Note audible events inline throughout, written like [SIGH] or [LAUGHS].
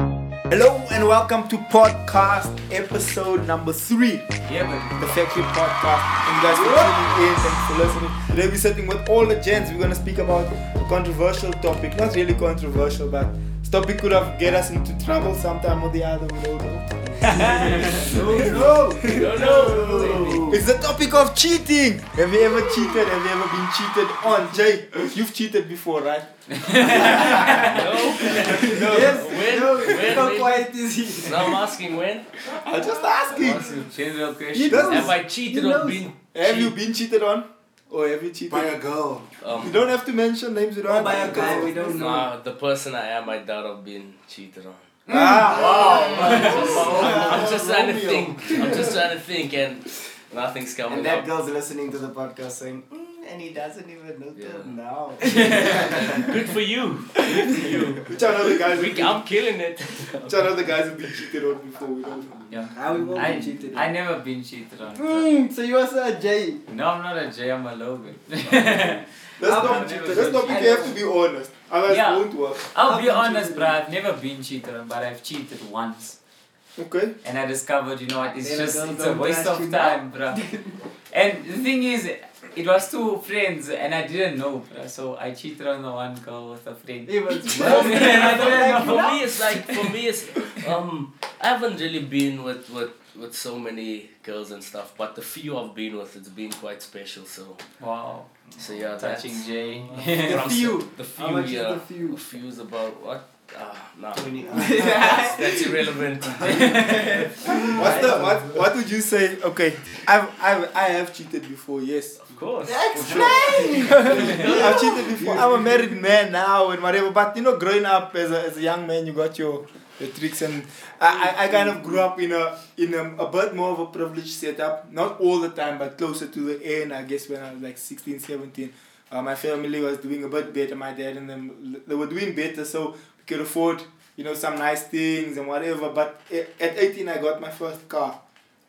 Hello and welcome to podcast episode number three, Yeah, but the Factory Podcast. And you guys for tuning in, thanks for listening. Today we're sitting with all the gents. We're gonna speak about a controversial topic, not really controversial, but this topic could have get us into trouble sometime or the other. We don't know. [LAUGHS] no, no. no, no. It's the topic of cheating. Have you ever cheated? Have you ever been cheated on? Jay, you've cheated before, right? no. Yes. When? No. When? How when? quiet is he? Now I'm asking when. I'm just asking. General He question. knows. Have I He cheated knows. or been? Have you cheat- been cheated on? Or have you cheated? By a girl. you Um, don't have to mention names. You don't Oh, by have a to guy, mention we don't names. know. nah, the person I am, I doubt I've been cheated on. Mm. Ah, Just- I'm, I'm just trying to Romeo. think. I'm just trying to think, and nothing's coming And that up. girl's listening to the podcast saying, mm, and he doesn't even know till Yeah. now. Good for you. Good for you. Which are not the guys? We, I'm killing it. Which are not the guys who've been cheated on before? We don't know. How we won't I, be cheated. I never been cheated on. Mm, so you are a Jay. No, I'm not a J, I'm [LAUGHS] a Logan. [LAUGHS] That's I've not. never That's been not. You cheated. have to be honest. Otherwise, Yeah. it won't work. I'll be been honest, cheated bro, I've never been cheated on, but I've cheated once. Okay. And I discovered, you know what, it's Then just, girls it's a don't waste trust you of now. time, bro. [LAUGHS] and the thing is, it was two friends, and I didn't know, bro, so I cheated on the one girl with a friend. Even [LAUGHS] worse. For me, I Yeah. don't know. For me, it's like for me, it's um, I haven't really been with with with so many girls and stuff, but the few I've been with, it's been quite special. So Wow, so yeah, that's touching J. [LAUGHS] the few. The few, How much is yeah. the few? A few is about what? Ah, nah. [LAUGHS] Twenty. that's, that's irrelevant. What's the what? What would you say? Okay, I've I've I have cheated before. Yes. of course. [LAUGHS] I've cheated before. I'm a married man now and whatever. But you know, growing up as a, as a young man, you got your, your tricks and I, I, I kind of grew up in a in a, a bit more of a privileged setup. Not all the time, but closer to the end. I guess when I was like 16, 17, uh, my family was doing a bit better. My dad and them they were doing better, so we could afford you know some nice things and whatever. But a- at 18, I got my first car.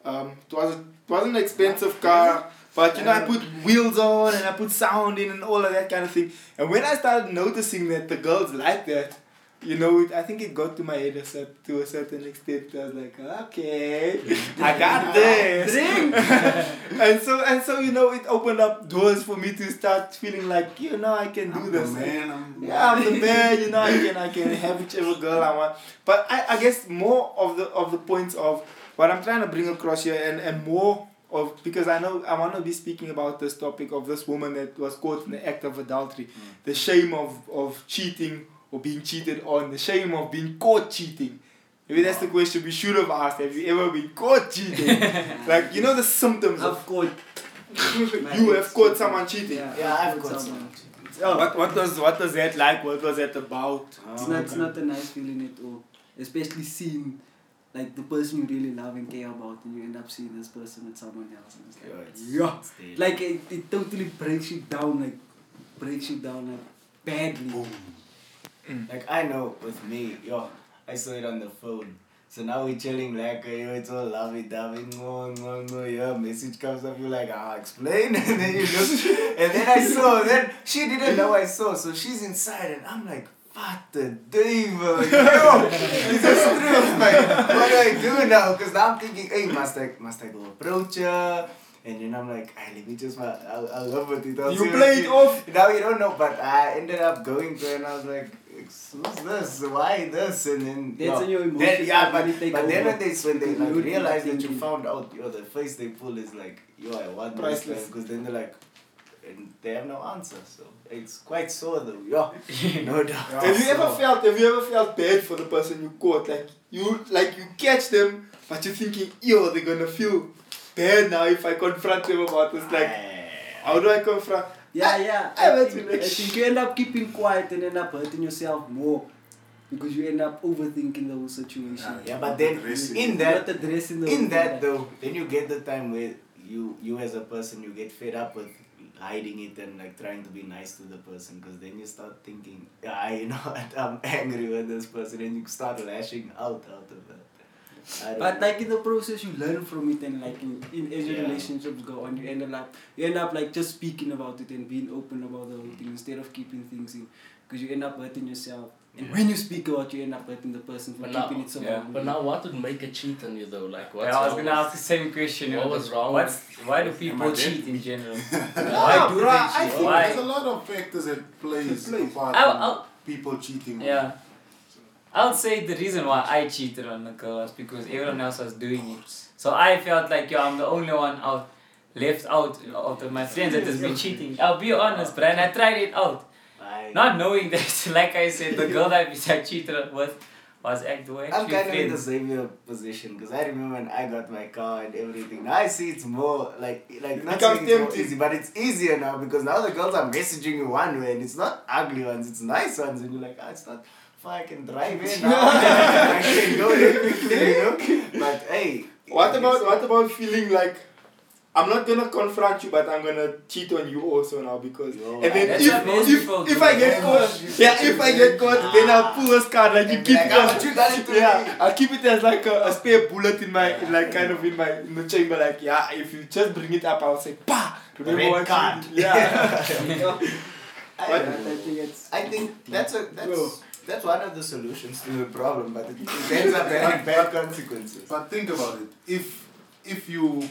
Um, it was a, it was an expensive car, but you know I put wheels on and I put sound in and all of that kind of thing. And when I started noticing that the girls like that, you know, it, I think it got to my head a cert, to a certain extent. I was like, okay, I got this. [LAUGHS] and so and so you know it opened up doors for me to start feeling like you know I can do I'm the this. man. I'm Yeah, I'm the man. You know, I can I can have whichever girl I want. But I, I guess more of the of the points of what I'm trying to bring across here, and and more of because I know I want to be speaking about this topic of this woman that was caught in the act of adultery, the shame of of cheating or being cheated on, the shame of being caught cheating. Maybe that's the question we should have asked. Have you ever been caught cheating? like you know the symptoms of I've caught. [LAUGHS] you have caught someone cheating. Yeah, yeah I've caught someone. Oh, What what was what was that like? What was that about? It's not, it's not a nice feeling at all. Especially seeing like the person you really love and care about, and you end up seeing this person with someone else. And it's like, yeah. Like it, it totally breaks you down, like breaks you down like badly. Like I know with me, yo, I saw it on the phone. So now we're chilling like yo, it's all lovey dovey, no, no, no, yeah. Message comes up, you're like, ah, explain, [LAUGHS] and then you look, and then I saw, then she didn't know I saw, so she's inside, and I'm like, what the diva, yo, it's a strip, like, what do I do now? Because now I'm thinking, hey, must I, must I go approach her? And then I'm like, hey, let me just, I'll, I'll love with it. I'll You see what play it she- off. now you don't know, but I ended up going to her and I was like, "Ex- who's this? Why this? And then That's when your then- emotions yeah, are but, really take but then over. when they when they You like really realize that think you you- found out, yo, the face they pull is like, yo, I want Priceless. this because then they're like, and they have no answer. So it's quite sore though, yo, no doubt. Have you ever So- felt have you ever felt bad for the person you caught? Like you like you catch them but you're thinking, yo, they're gonna feel bad now if I confront them about this. Like how do I confront Yeah, yeah. [LAUGHS] I went think, to like- I think you end up keeping quiet and end up hurting yourself more because you end up overthinking the whole situation. Yeah, but then Dressing. in You're that not addressing the whole in that thing. though then you get the time where you you as a person you get fed up with hiding it and like trying to be nice to the person because then you start thinking ah you know [LAUGHS] what i'm angry with this person and you start lashing out out of it I don't But know. like in the process, you learn from it, and like in, in as your Yeah. relationships go on, you end up like you end up like just speaking about it and being open about the whole thing instead of keeping things in, because you end up hurting yourself. And when you speak about, you end up hurting the person for But now- keeping it so yeah. long. [LAUGHS] But now, what would make a cheat on you though? Like, what's Yeah, I was wrong gonna with- ask the same question. you what know, was wrong What's why do people Am I dead? cheat in [LAUGHS] general? Nah, why do bruh, [LAUGHS] I they think cheat? think there's a Why? lot of factors that plays Plays. apart I'll, from I'll, people cheating. yeah. I'll say the reason why I cheated on the girl was because everyone else was doing it. So I felt like yo, I'm the only one out left out out of my friends that has been cheating. I'll be honest, Brian. I tried it out. I, Not knowing that, [LAUGHS] like I said, the girl [LAUGHS] that I cheated with was actually I'm kind of in the friends. savior position because I remember when I got my car and everything. Now I see it's more like like It not becomes saying it's more tempting. easy, but it's easier now because now the girls are messaging you one way and it's not ugly ones, it's nice ones, and you're like, ah, it's not. Fuck, I can drive in [LAUGHS] now. I can go there quickly, you know. But hey, What about what about feeling like I'm not gonna confront you, but I'm gonna cheat on you also now because No, and then that's if what most if, people if do. I get Yeah. caught, yeah, if I get caught, then I'll pull this card like you And be keep like, it "Ah, as- but you done it to yeah, me." I'll keep it as like a, a spare bullet in my in like kind of in my in the chamber like yeah, if you just bring it up, I'll say pa. Remember Red what you card. did?" Yeah, [LAUGHS] I, What? I think it's I think that's a that's Bro. that's one of the solutions to the problem, but it ends up having bad consequences. But think about it. If if you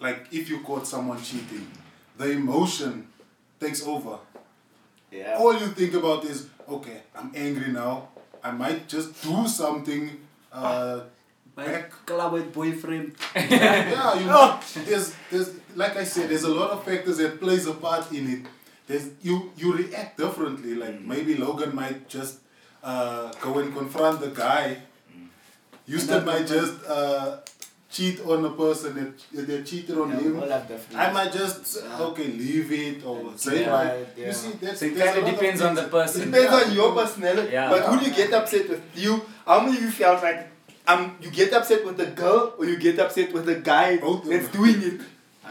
like if you caught someone cheating, the emotion takes over. Yeah. All you think about is okay. I'm angry now. I might just do something. Uh, my back. clubbed boyfriend. [LAUGHS] yeah, you know, there's, there's, like I said, there's a lot of factors that plays a part in it. There's you, you react differently. Like maybe Logan might just uh, go and confront the guy. Houston might just uh, cheat on a person that they cheated on Yeah, him. all of the I might just okay leave it or say Yeah. right. Yeah. You see, that's So it there's a kinda lot of depends on the things. it person. depends on your personality. Yeah. But would you get upset with you? How many of you felt like um you get upset with the girl or you get upset with the guy Both of that's them. doing it?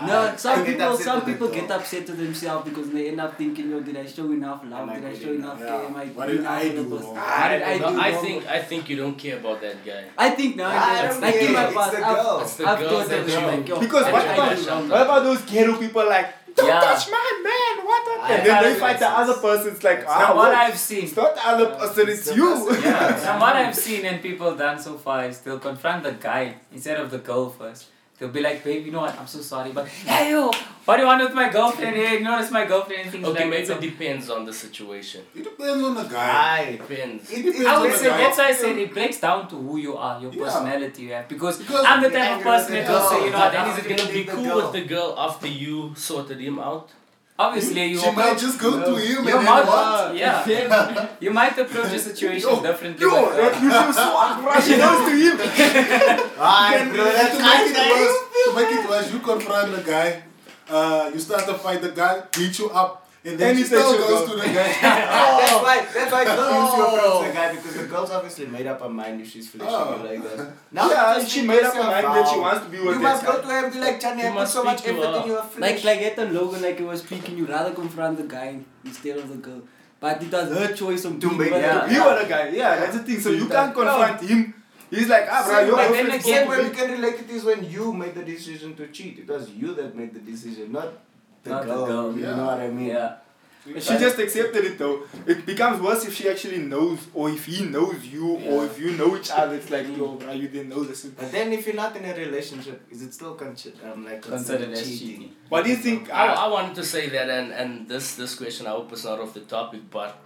No, I some get people, upset some with the people dog. get upset to themselves because they end up thinking, "Yo, did I show enough love? Am I Did I good show enough Yeah. care? Am I What good did enough I for the do person? wrong? What did I do No, I wrong?" think I think you don't care about that guy. I think now, I don't like in care, my it's past, the I've, girl. It's the I've girls told that them, do. like, yo, Because I what tried about to love what about those ghetto people like don't Yeah. touch my man? What on I- and then I- they fight the other person. It's like ah, From what what? I've seen, it's not the other person, it's, It's the you. [LAUGHS] person. Yeah, from what I've seen and people done so far is they'll confront the guy instead of the girl first. They'll be like, babe, you know what, I'm so sorry, but hey yo, what do you want with my girlfriend? Hey, you know it's my girlfriend and things Okay, like maybe that. it depends on the situation. It depends on the guy. Aye. Depends. It So depends I on would the say guy. that's why I said it breaks down to who you are, your Yeah. personality you have. Because, Because I'm the you're type of angry with person the that will say, girl. you know, But what, is I it need to gonna be leave the cool girl. with the girl after you sorted him out? Obviously, you She might approach- just go to him you and then what? might, yeah, you might approach the situation differently. uh, You, with her. that you feel so [LAUGHS] aggressive knows to him. Aye, And bro, that's to make it nice. worse, to make it worse, you confront the guy, uh, you start to fight the guy, beat you up, and then And he he says still you goes go. to the [LAUGHS] guy. That's why, that's why Oh. girls used to approach the guy because the girl's obviously made up her mind if she's flashing Oh. you like that. yeah, just she think made up her yourself mind that she out. wants to be You with that must go guy. to her and be like, Chani, You I put must so much pick you effort up. in your Like flesh. like at the Logan, like you were speaking, you rather confront the guy instead of the girl. But it was her choice of To doing make- what yeah. to do. You are the guy. Yeah, that's the thing. So you can't confront him. He's like ah, bro, So, your but then girlfriend's again, Same going way to we be- can relate it is when you made the decision to cheat. It was you that made the decision, not the Not the girl. girl, You yeah. know what I mean? yeah. She just accepted it though. It becomes worse if she actually knows, or if he knows you, or Yeah. if you know each other. It's like, yo, bro, you didn't know this. But then if you're not in a relationship, is it still considered um, like Considered as cheating. What do you think? I, ah, I wanted to say that, and, and this, this question, I hope it's not off the topic, but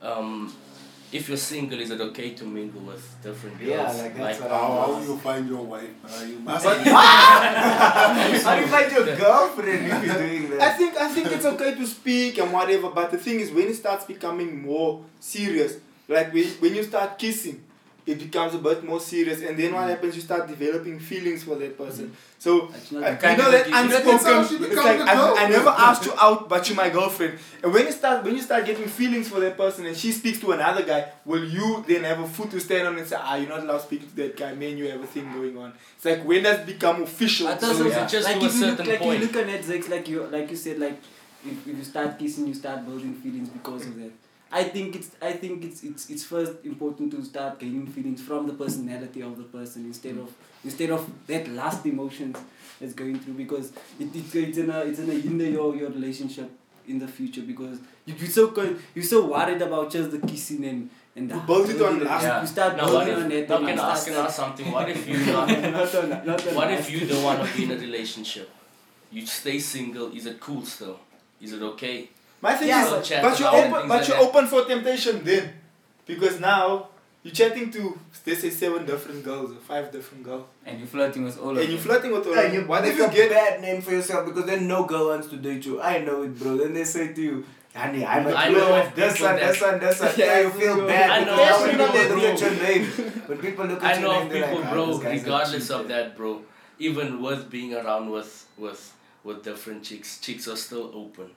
um, if you're single, is it okay to mingle with different girls? Yeah, like oh, that's what How, I how was. you find your wife? Uh, you must How do you find your girlfriend if you're doing I that? think I think it's okay to speak and whatever, but the thing is when it starts becoming more serious, like when, when you start kissing, it becomes a bit more serious, and then Mm. what happens? You start developing feelings for that person. So That's uh, not the you kind know of that feeling. That's how she unspoken. It's becomes like a girl. I, I never asked you out, but you're my girlfriend. And when you start when you start getting feelings for that person, and she speaks to another guy, will you then have a foot to stand on and say, Ah, you're not allowed to speak to that guy, man. You have a thing going on. It's like when does it become official? I thought So so, is it just like to a if you look, certain like point? you look at Netflix, like you like you said, like if, if you start kissing, you start building feelings because of that. I think it's I think it's it's it's first important to start gaining feelings from the personality of the person instead of instead of that last emotions that's going through because it, it it's gonna it's gonna hinder your, your relationship in the future because you, you're so con- you're so worried about just the kissing and And You build it on last- You start now, what building if, on that. now and can you I ask start- can I ask something? What [LAUGHS] if you not not, on, not on [LAUGHS] what last. if you don't want to be in a relationship? You stay single. Is it cool still? Is it okay? My thing Yeah, is, but- but, but you're things open, like but you're that. open for temptation then, because now you're chatting to let's say seven different girls or five different girls, And you're flirting with all of and you're them. flirting with all. Yeah, of you them. What if make you a [LAUGHS] get? bad name for yourself because then no girl wants to date you. I know it, bro. Then they say to you, honey, I'm I a know girl of of this people one, this one, this one. Yeah, Yeah, you I feel know. I bad know because of when people people, look at your name, when people look at I your know of name, they're people, like, "Ah, bro. this guy's a Regardless of cheater." that, bro. Even with being around with with with different chicks, chicks are still open.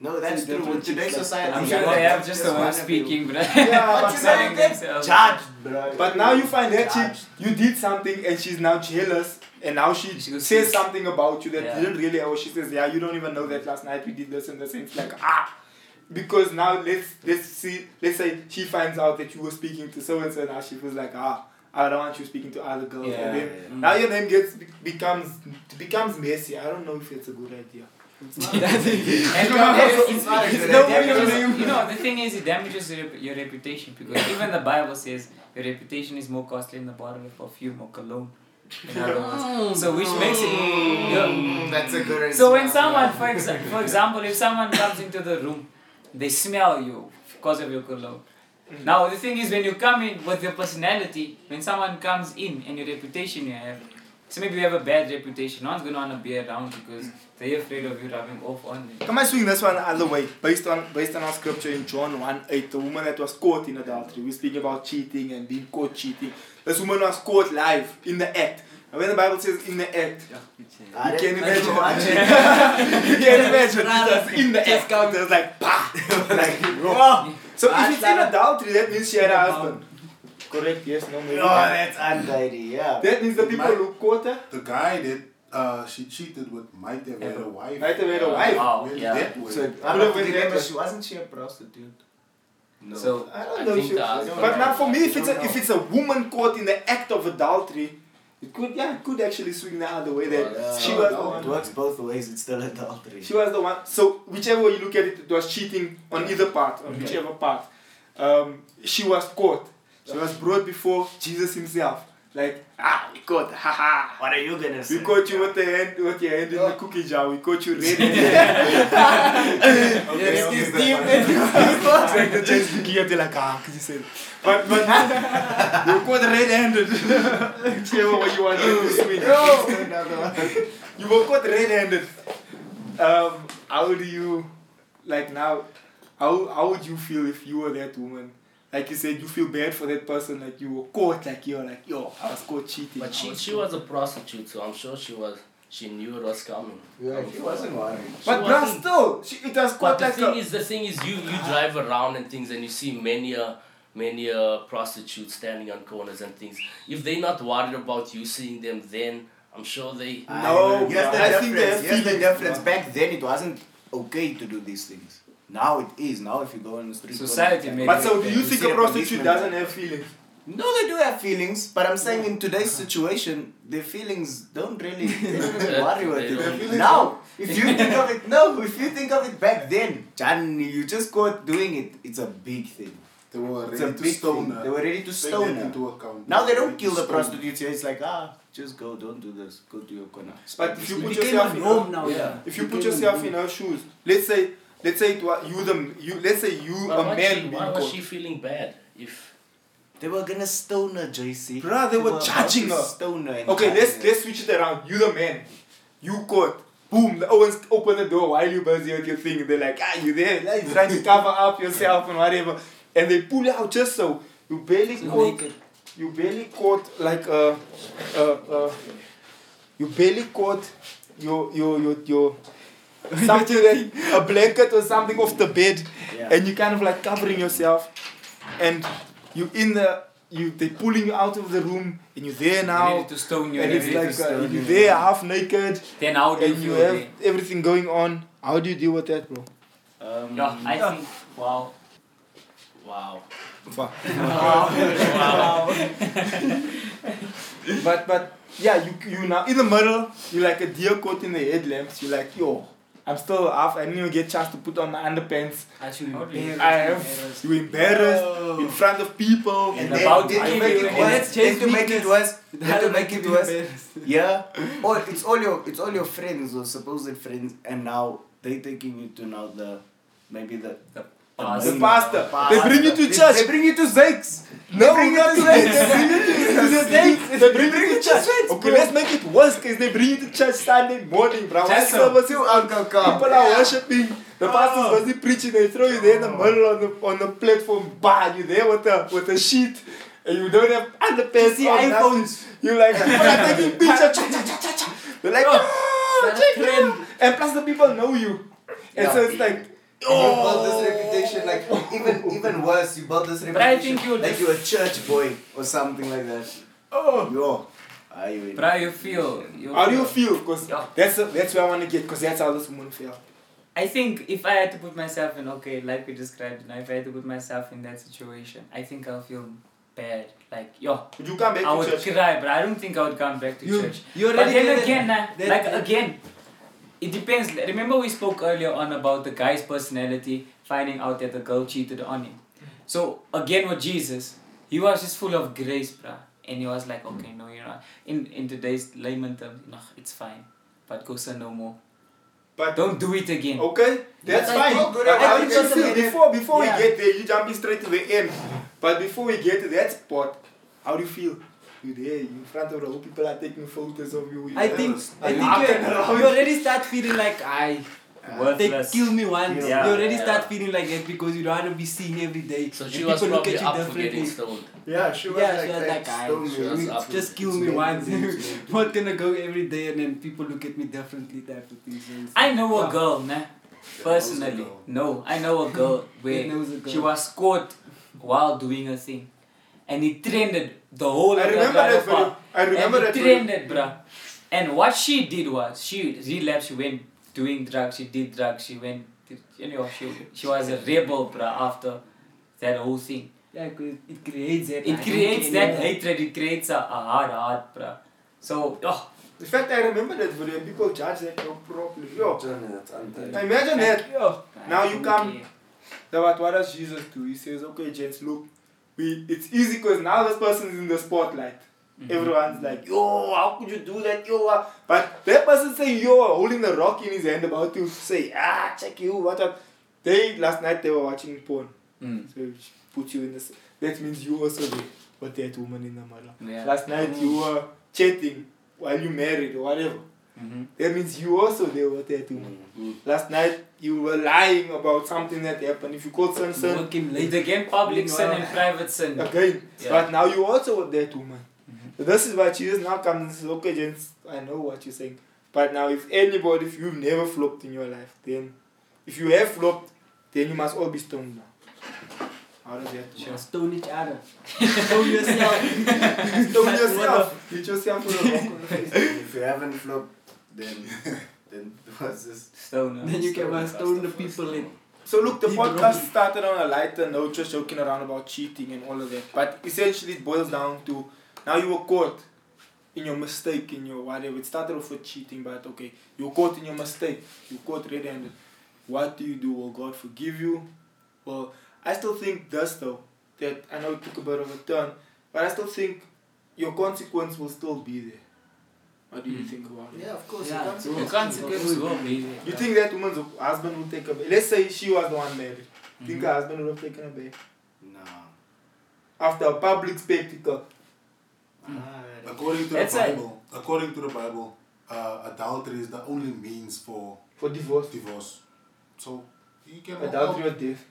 No, that's Two true. different With today's chicks, like, society, I'm I'm sure sure they that- have just the that's one one of you. speaking, but [LAUGHS] Yeah, But but you selling know, that's themselves. judged, bro. But now you find that Judged. chick, you did something and she's now jealous and now she, She goes, says something about you that Yeah. didn't really or she says, Yeah, you don't even know that last night we did this and this and it's like ah because now let's let's see let's say she finds out that you were speaking to so and so now she feels like ah I don't want you speaking to other girls Yeah, and then yeah. now your name gets be- becomes becomes messy. I don't know if it's a good idea. [LAUGHS] And Come on, God, it's- it's- it's not a it's good no idea way your because, name- You know, the thing is, it damages your, rep- your reputation because even the Bible says your reputation is more costly than the bottle of perfume or cologne. In other words. So, which makes it. Mm, That's a good So, when response, someone, yeah. for, exa- for example, if someone comes into the room, they smell you because of your cologne. Mm-hmm. Now, the thing is, when you come in with your personality, when someone comes in and your reputation you have, so maybe you have a bad reputation, no one's gonna wanna be around because they're afraid of you rubbing off on them. Come I swing this one other way based on based on our scripture in John 1 8, the woman that was caught in adultery. We're speaking about cheating and being caught cheating. This woman was caught live in the act. And when the Bible says in the act, Ah, you that's can nice imagine. to watch. you [LAUGHS] can imagine. It was in the act. It was like, bah! [LAUGHS] like, oh. So if it's in adultery, that means she had a husband. Correct, yes, no, maybe. Oh, that's untidy, yeah. That means the people who caught her The guy that uh, she cheated with might have had a wife. might have had a wife. Oh, Wow, Went yeah. that way. So- I don't Would've remember, been she wasn't she a prostitute? No. So I I don't know think if she the was. husband- But now for me, if I it's don't a, if know. it's a woman caught in the act of adultery, it could yeah, it could actually swing the other way. uh, That Yeah. she was the It one. works both ways, it's still adultery. She was the one. So whichever way you look at it, it was cheating on either part, on whichever part. Um, she was caught. She was brought before Jesus himself. Like ah, we caught, ha ha. What are you gonna We say? caught you with the hand, with your hand in the cookie jar. We caught [LAUGHS] you red-handed. Okay, okay, that's fine. It's like the judge looking at you like, ah, could you say that? But but you caught red-handed. Whichever way you want to swing. You were caught red-handed. Um, how do you, like now, how how would you feel if you were that woman? Like you said, you feel bad for that person. Like you were caught. Like you're like, yo, I was caught cheating. But I she was she caught." was a prostitute, so I'm sure she was she knew it was coming. Yeah, she wasn't worried. But she bruh, wasn't- still, she, it was But caught the like thing a, is, the thing is, you you drive around and things, and you see many a many a prostitutes standing on corners and things. If they're not worried about you seeing them, then I'm sure they. No, here's the I difference. think they here's the feel it, difference. bro. Back then, it wasn't okay to do these things. Now it is. Now, if you go on the street, Society corner, made But so, do you You think see a a prostitute policeman. doesn't have feelings? no, they do have feelings. But I'm saying in today's situation, their feelings don't really, they don't really worry They about don't. it. Now, if you think of it, no, if you think of it back then, Jan, you just caught doing it. It's a big thing. They were It's a ready to big stone thing. her. They were ready to Take stone that her. into account. Now they They were don't ready kill to the stone her. prostitutes here. It's like ah, just go, don't do this. Go to your corner. But if you You put became yourself a in norm her, now. Yeah. if you Became put a yourself norm. in her shoes, let's say, let's say it was you the you. Let's say you But a why man she, being why was caught. she feeling bad? If They were gonna stone her, JC. Bruh, they were about judging to her. Stone her. and Okay, judge let's her. let's switch it around. You the man, you caught. Boom! The Owens open the door while you busy with your thing. They're like, ah, you there? Like trying to cover up yourself and whatever, and they pull you out just so you barely caught. You barely caught like a, uh, uh, you barely caught your your your [LAUGHS] your something that a blanket or something off the bed, Yeah. and you kind of like covering yourself, and you in the you they pulling you out of the room and you're there you now, need to stone your and it's reputation. like uh, you're there half naked Then how do you and you feel? have then? everything going on. How do you deal with that, bro? Um, Yeah, I think wow. wow, Fuck. wow, But but yeah, you you now in the middle, you like a deer caught in the headlamps. You're like yo, I'm still half. I didn't even get a chance to put on my underpants. Actually, How do you- embarrassed, I have- embarrassed. You embarrassed in Oh. front of people. And And the then, bout- then I to think make we- it and worse, let's then change to make it worse, then to That'll make it you worse, embarrassed. yeah. [LAUGHS] Or it's all your it's all your friends or supposed friends, and now they taking you to now the maybe [LAUGHS] the Past. The pastor. They bring you to They- church. They bring you to Zakes. No, bring you not to to church. They church. bring you to to the church. They bring you to church. Okay, let's make it worse because they bring you to church Sunday morning, bro. Church Church, service, To people Uncle Carl. are worshiping. The pastor's busy preaching. They throw you there in Oh. the middle on the on the platform. Bah, you there with a with a sheet. And you don't have underpants see on, nothing. iPhones. You're [LAUGHS] like, people are taking pictures. Cha, cha, cha, cha, cha. They're like, oh, That's a check it out." And plus the people know you. And so it's like, You oh. built this reputation, like even even worse, you built this reputation. But I think you like just- you're a church boy or something like that. Oh, yo, are you? in- But how you feel? You How do you feel? Because Yeah. that's, that's where I want to get, because that's how this woman felt. I think if I had to put myself in, okay, like we described, now if I had to put myself in that situation, I think I'll feel bad. Like, yo, Would you come back I to would church? cry, but I don't think I would come back to You, church. you But already then did again, nah, that- like that- again, it depends. Remember we spoke earlier on about the guy's personality finding out that the girl cheated on him. So again with Jesus, he was just full of grace, bruh. And he was like, okay, no, you're not. In in today's layman terms, no, it's fine. But go sin no more. But Don't do it again. okay, that's But I fine. think- But I I think think you so, feel yeah. before before Yeah. we get there, you jumping straight to the end. But before we get to that spot, how do you feel? You there you in front of the whole people are taking photos of you. you I know, think I you think up you, and around. you already start feeling like I they Worthless. kill me once. Yeah. you already Yeah. start feeling like that because you don't want to be seen every day. So and she was people look probably at you up for getting differently. stoned. Yeah, she was Yeah, like she was that. like, "Aye, stone she was me. up. Just kill me It's once. me, [LAUGHS] [LAUGHS] it's me. Not gonna go every day and then people look at me differently type of thing. So it's I like, know a wow. girl, nah. Personally, no, I know a [LAUGHS] girl It where knows a girl. she was caught while doing her thing, and it trended the whole. I of remember Lazada that Park. video. I remember and that he video. trended, bruh. And what she did was she relapsed. She went doing drugs. She did drugs. She went. You know, she she was a rebel, bruh. After that whole thing, Yeah, 'cause it creates that. it I creates think that anymore. hatred. It creates a, a hard heart, bruh. So, oh, In fact, I remember that video. and People judge that no problem. Yo, Jonathan, imagine that. Yo, Now you come. Now what, what does Jesus do? He says, okay, gents, look, we it's easy because now this person is in the spotlight. Everyone's like, yo, how could you do that, yo? ah." But that person saying, yo, holding the rock in his hand, about to say, ah, check you, what up? They last night they were watching porn, Hmm. Mm. so she put you in this. That means you also there, but that woman in the middle. Yeah. Last night you were chatting while you married or whatever. Mhm. That means you also there were that woman. Mm. Last night you were lying about something that happened. If you called son, son, work him It's later. again public sin Meanwhile- and private sin. again. Yeah. But now you also were there too, man. So this is why Jesus now comes and says, okay, gents, I know what you're saying. But now, if anybody, if you've never flopped in your life, then if you have flopped, then you must all be stoned now. How does that work? Stone each [LAUGHS] other. Stone yourself. Stone yourself. Hit yourself with a rock on the face. if you haven't flopped, then [LAUGHS] then what's this? Stoner. Then you can Stone stone the first, people in. So look, the Keep podcast rolling. started on a lighter note, just joking around about cheating and all of that. But essentially, it boils down to now you were caught in your mistake, in your whatever. It started off with cheating, but okay, you were caught in your mistake. You were caught red-handed. What do you do? Will God forgive you? Well, I still think this though. That I know it took a bit of a turn, but I still think your consequence will still be there. What do you Mm. think about it? Yeah, of course. Yeah, you can't so- The consequences will be there. You think that woman's husband will take her back? Let's say she was the one married. Think her husband would have taken her back No. after a public spectacle. Ah, According to That's the a- Bible, according to the Bible, uh, adultery is the only means for For divorce. divorce. So you can Adultery or death.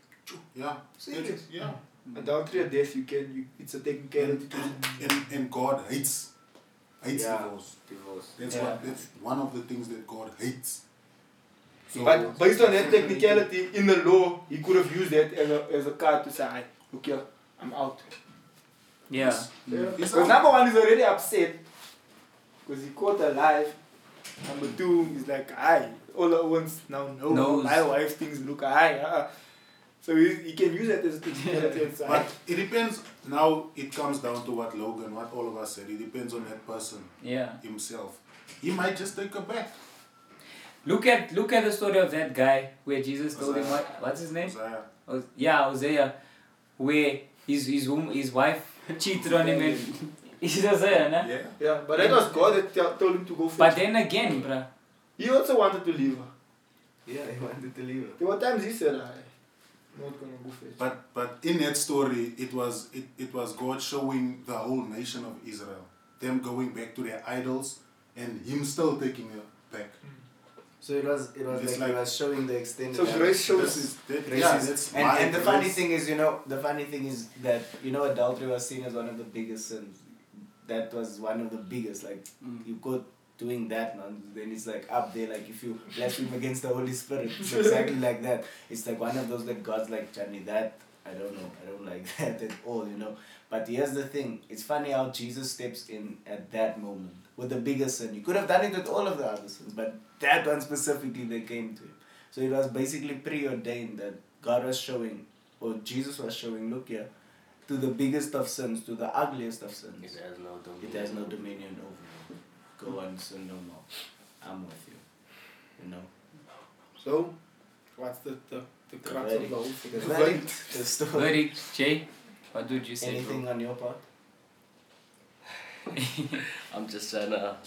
Yeah. Serious? Yeah. Mm. Adultery or death, you can, you, it's a taken care of. And, and, and God hates hates Yeah. divorce. divorce. That's Yeah. what that's one of the things that God hates. So But based on that technicality, in the law, he could have used that as a, as a card to say, "Aye, look here, I'm out. Yeah. it's Because number one is already upset because he caught her alive. Number two is like, aye, all at once now no, Knows. my wife things look aye. Uh, so he, he can use [LAUGHS] that as a technicality and say, "Aye." But it depends. Now it comes down to what Logan, what all of us said. It depends on that person Yeah. himself. He might just take her back. Look at look at the story of that guy where Jesus told him what what's his name? Isaiah. Hos- yeah, Hosea, where his his wom- his wife cheated on him. And, is Hosea, nah? Yeah. Yeah, but that was God that tell- told him to go But first. then again, bruh, He also wanted to leave her. Yeah, he wanted to leave. There were times he said, I'm not gonna go first. But but in that story, it was it, it was God showing the whole nation of Israel, them going back to their idols, and Him still taking it back. So it was it was Just like, like- he was showing the extended. So family. grace shows This his is that, Racism. yeah, that's and, my and the funny grace. thing is, you know, the funny thing is that you know adultery was seen as one of the biggest sins. That was one of the biggest. Like Mm. you go doing that, man. Then it's like up there. Like if you blaspheme against the Holy Spirit, it's exactly like that. It's like one of those that God's like, Johnny, that I don't know, I don't like [LAUGHS] that at all, you know. But here's the thing. It's funny how Jesus steps in at that moment with the biggest sin. You could have done it with all of the other sins, but that one specifically they came to him. So it was basically preordained that God was showing, or Jesus was showing, look here, to the biggest of sins, to the ugliest of sins. It has no dominion. It has no dominion over you. Go on, sin no more. I'm with you. You know? So, what's the, the, the The crux of verdict. the whole The thing? verdict, the story. very Jay, what would you say? bro? Anything on your part? I'm just trying to.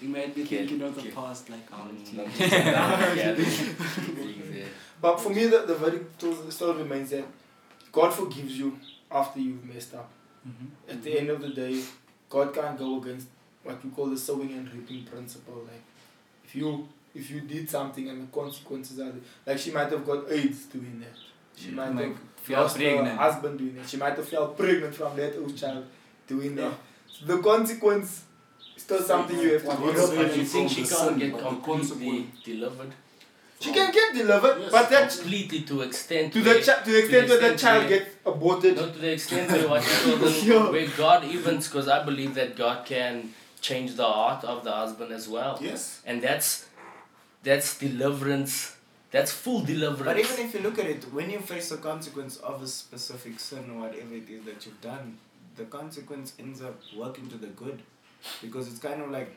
You might be Kid, thinking of the kid. past, like, oh, [LAUGHS] I'm just gee. tryna gather things there. But for me, the, the verdict still, still remains that God forgives you after you've messed up. Mhm. At the end of the day, God can't go against what we call the sowing and reaping principle. Like, if you if you did something and the consequences are there, like she might have got AIDS doing that. She might Like, have if you are lost her pregnant. husband doing that. She might have felt pregnant from that old child doing that. So the consequence is still something you have to What deal is with. But you think she the can't sin, get but the completely consequence- delivered? She can get delivered, Yes. but that Completely to extent. to the where- chi- to the extent where the extent child where- gets aborted. No, to the extent where what you told Yo. them, where God even, because I believe that God can change the heart of the husband as well, Yes. and that's that's deliverance. That's full deliverance. But even if you look at it, when you face the consequence of a specific sin or whatever it is that you've done, the consequence ends up working to the good. Because it's kind of like,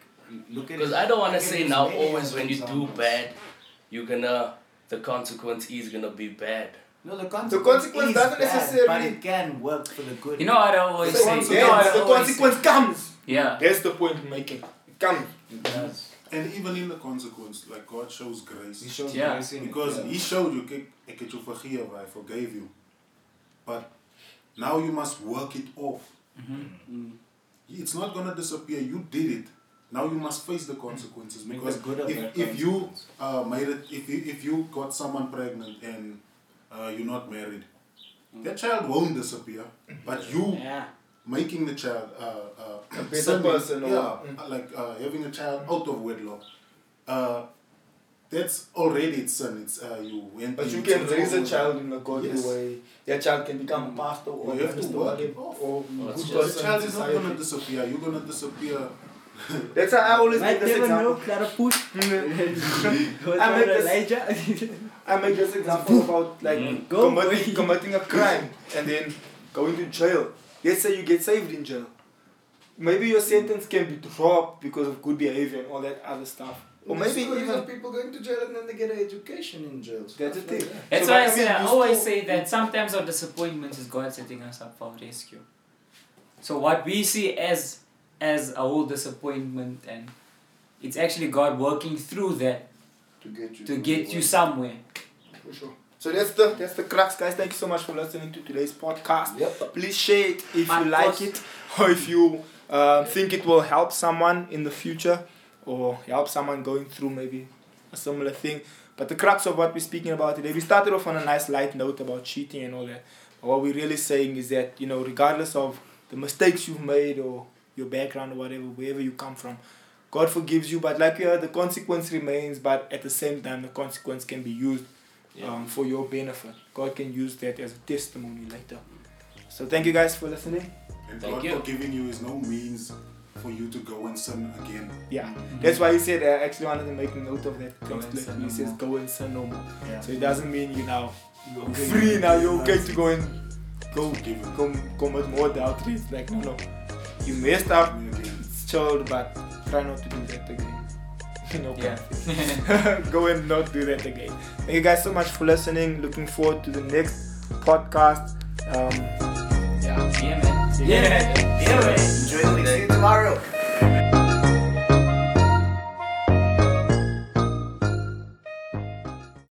look at it. Because I don't want to look at say it now as many always as when you do examples. bad, you're gonna the consequence is gonna be bad. No, the consequence, The consequence is doesn't bad, But necessarily- it can work for the good. You know what I always So say. once You know what again, I the always say? consequence comes. Yeah. That's the point I'm making. It comes. It does. And even in the consequence, like God shows grace. He shows Yeah. grace in it, Because yeah. he showed you, "Kijk, ik heb je vergeven, I forgave you. But now you must work it off. Mm-hmm. Mm. It's not going to disappear. You did it. Now you must face the consequences. Make the Because good of if, that if you consequence. uh, made it, if you, if you got someone pregnant and uh, you're not married, Mm. that child won't disappear. But you Yeah. making the child uh, uh, a better person or- Mm. yeah, like uh, having a child out of wedlock. Uh, that's already its son. It's uh, you went. But you in- can it's raise a over. child in a godly Yes. Mm. way. Your child can become a pastor or You have to minister work or, it off. or Well, it's good person. just- The child in is not gonna society. disappear. You're gonna disappear. That's how I always Might make this never know, example. Clara Push. I make this- [LAUGHS] Elijah. I make this example about like Mm. Go committing, committing a crime and then going to jail. Let's say you get saved in jail. Maybe your sentence can be dropped because of good behavior and all that other stuff. Or maybe even people going to jail and then they get an education in jail. that's the thing. That's So, why I but I say mean, I you always still- say that sometimes our disappointments is God setting us up for rescue. So what we see as as a whole disappointment and it's actually God working through that To get you. to get you somewhere. For sure. So that's the that's the crux, guys. Thank you so much for listening to today's podcast. Yep. Please share it if you Of like course. it or if you uh, think it will help someone in the future or help someone going through maybe a similar thing. But the crux of what we're speaking about today, we started off on a nice light note about cheating and all that. But what we're really saying is that, you know, regardless of the mistakes you've made or your background or whatever, wherever you come from, God forgives you. But like you heard, the consequence remains, but at the same time, the consequence can be used um, for your benefit. God can use that as a testimony later. So thank you guys for listening. And Thank God you. forgiving you is no means for you to go and sin again. Yeah, that's why he said I actually wanted to make note of that. Go and sin he no says more. go and sin no more. Yeah. So it doesn't mean you now You're you're okay. free now. You're okay to go and go Forgive you com- commit more adultery. It's like no, no, you messed up, again. it's child, but try not to do that again. [LAUGHS] no Yeah. [LAUGHS] go and not do that again. Thank you guys so much for listening. Looking forward to the next podcast. Um, yeah, man. Yeah. Yeah, man.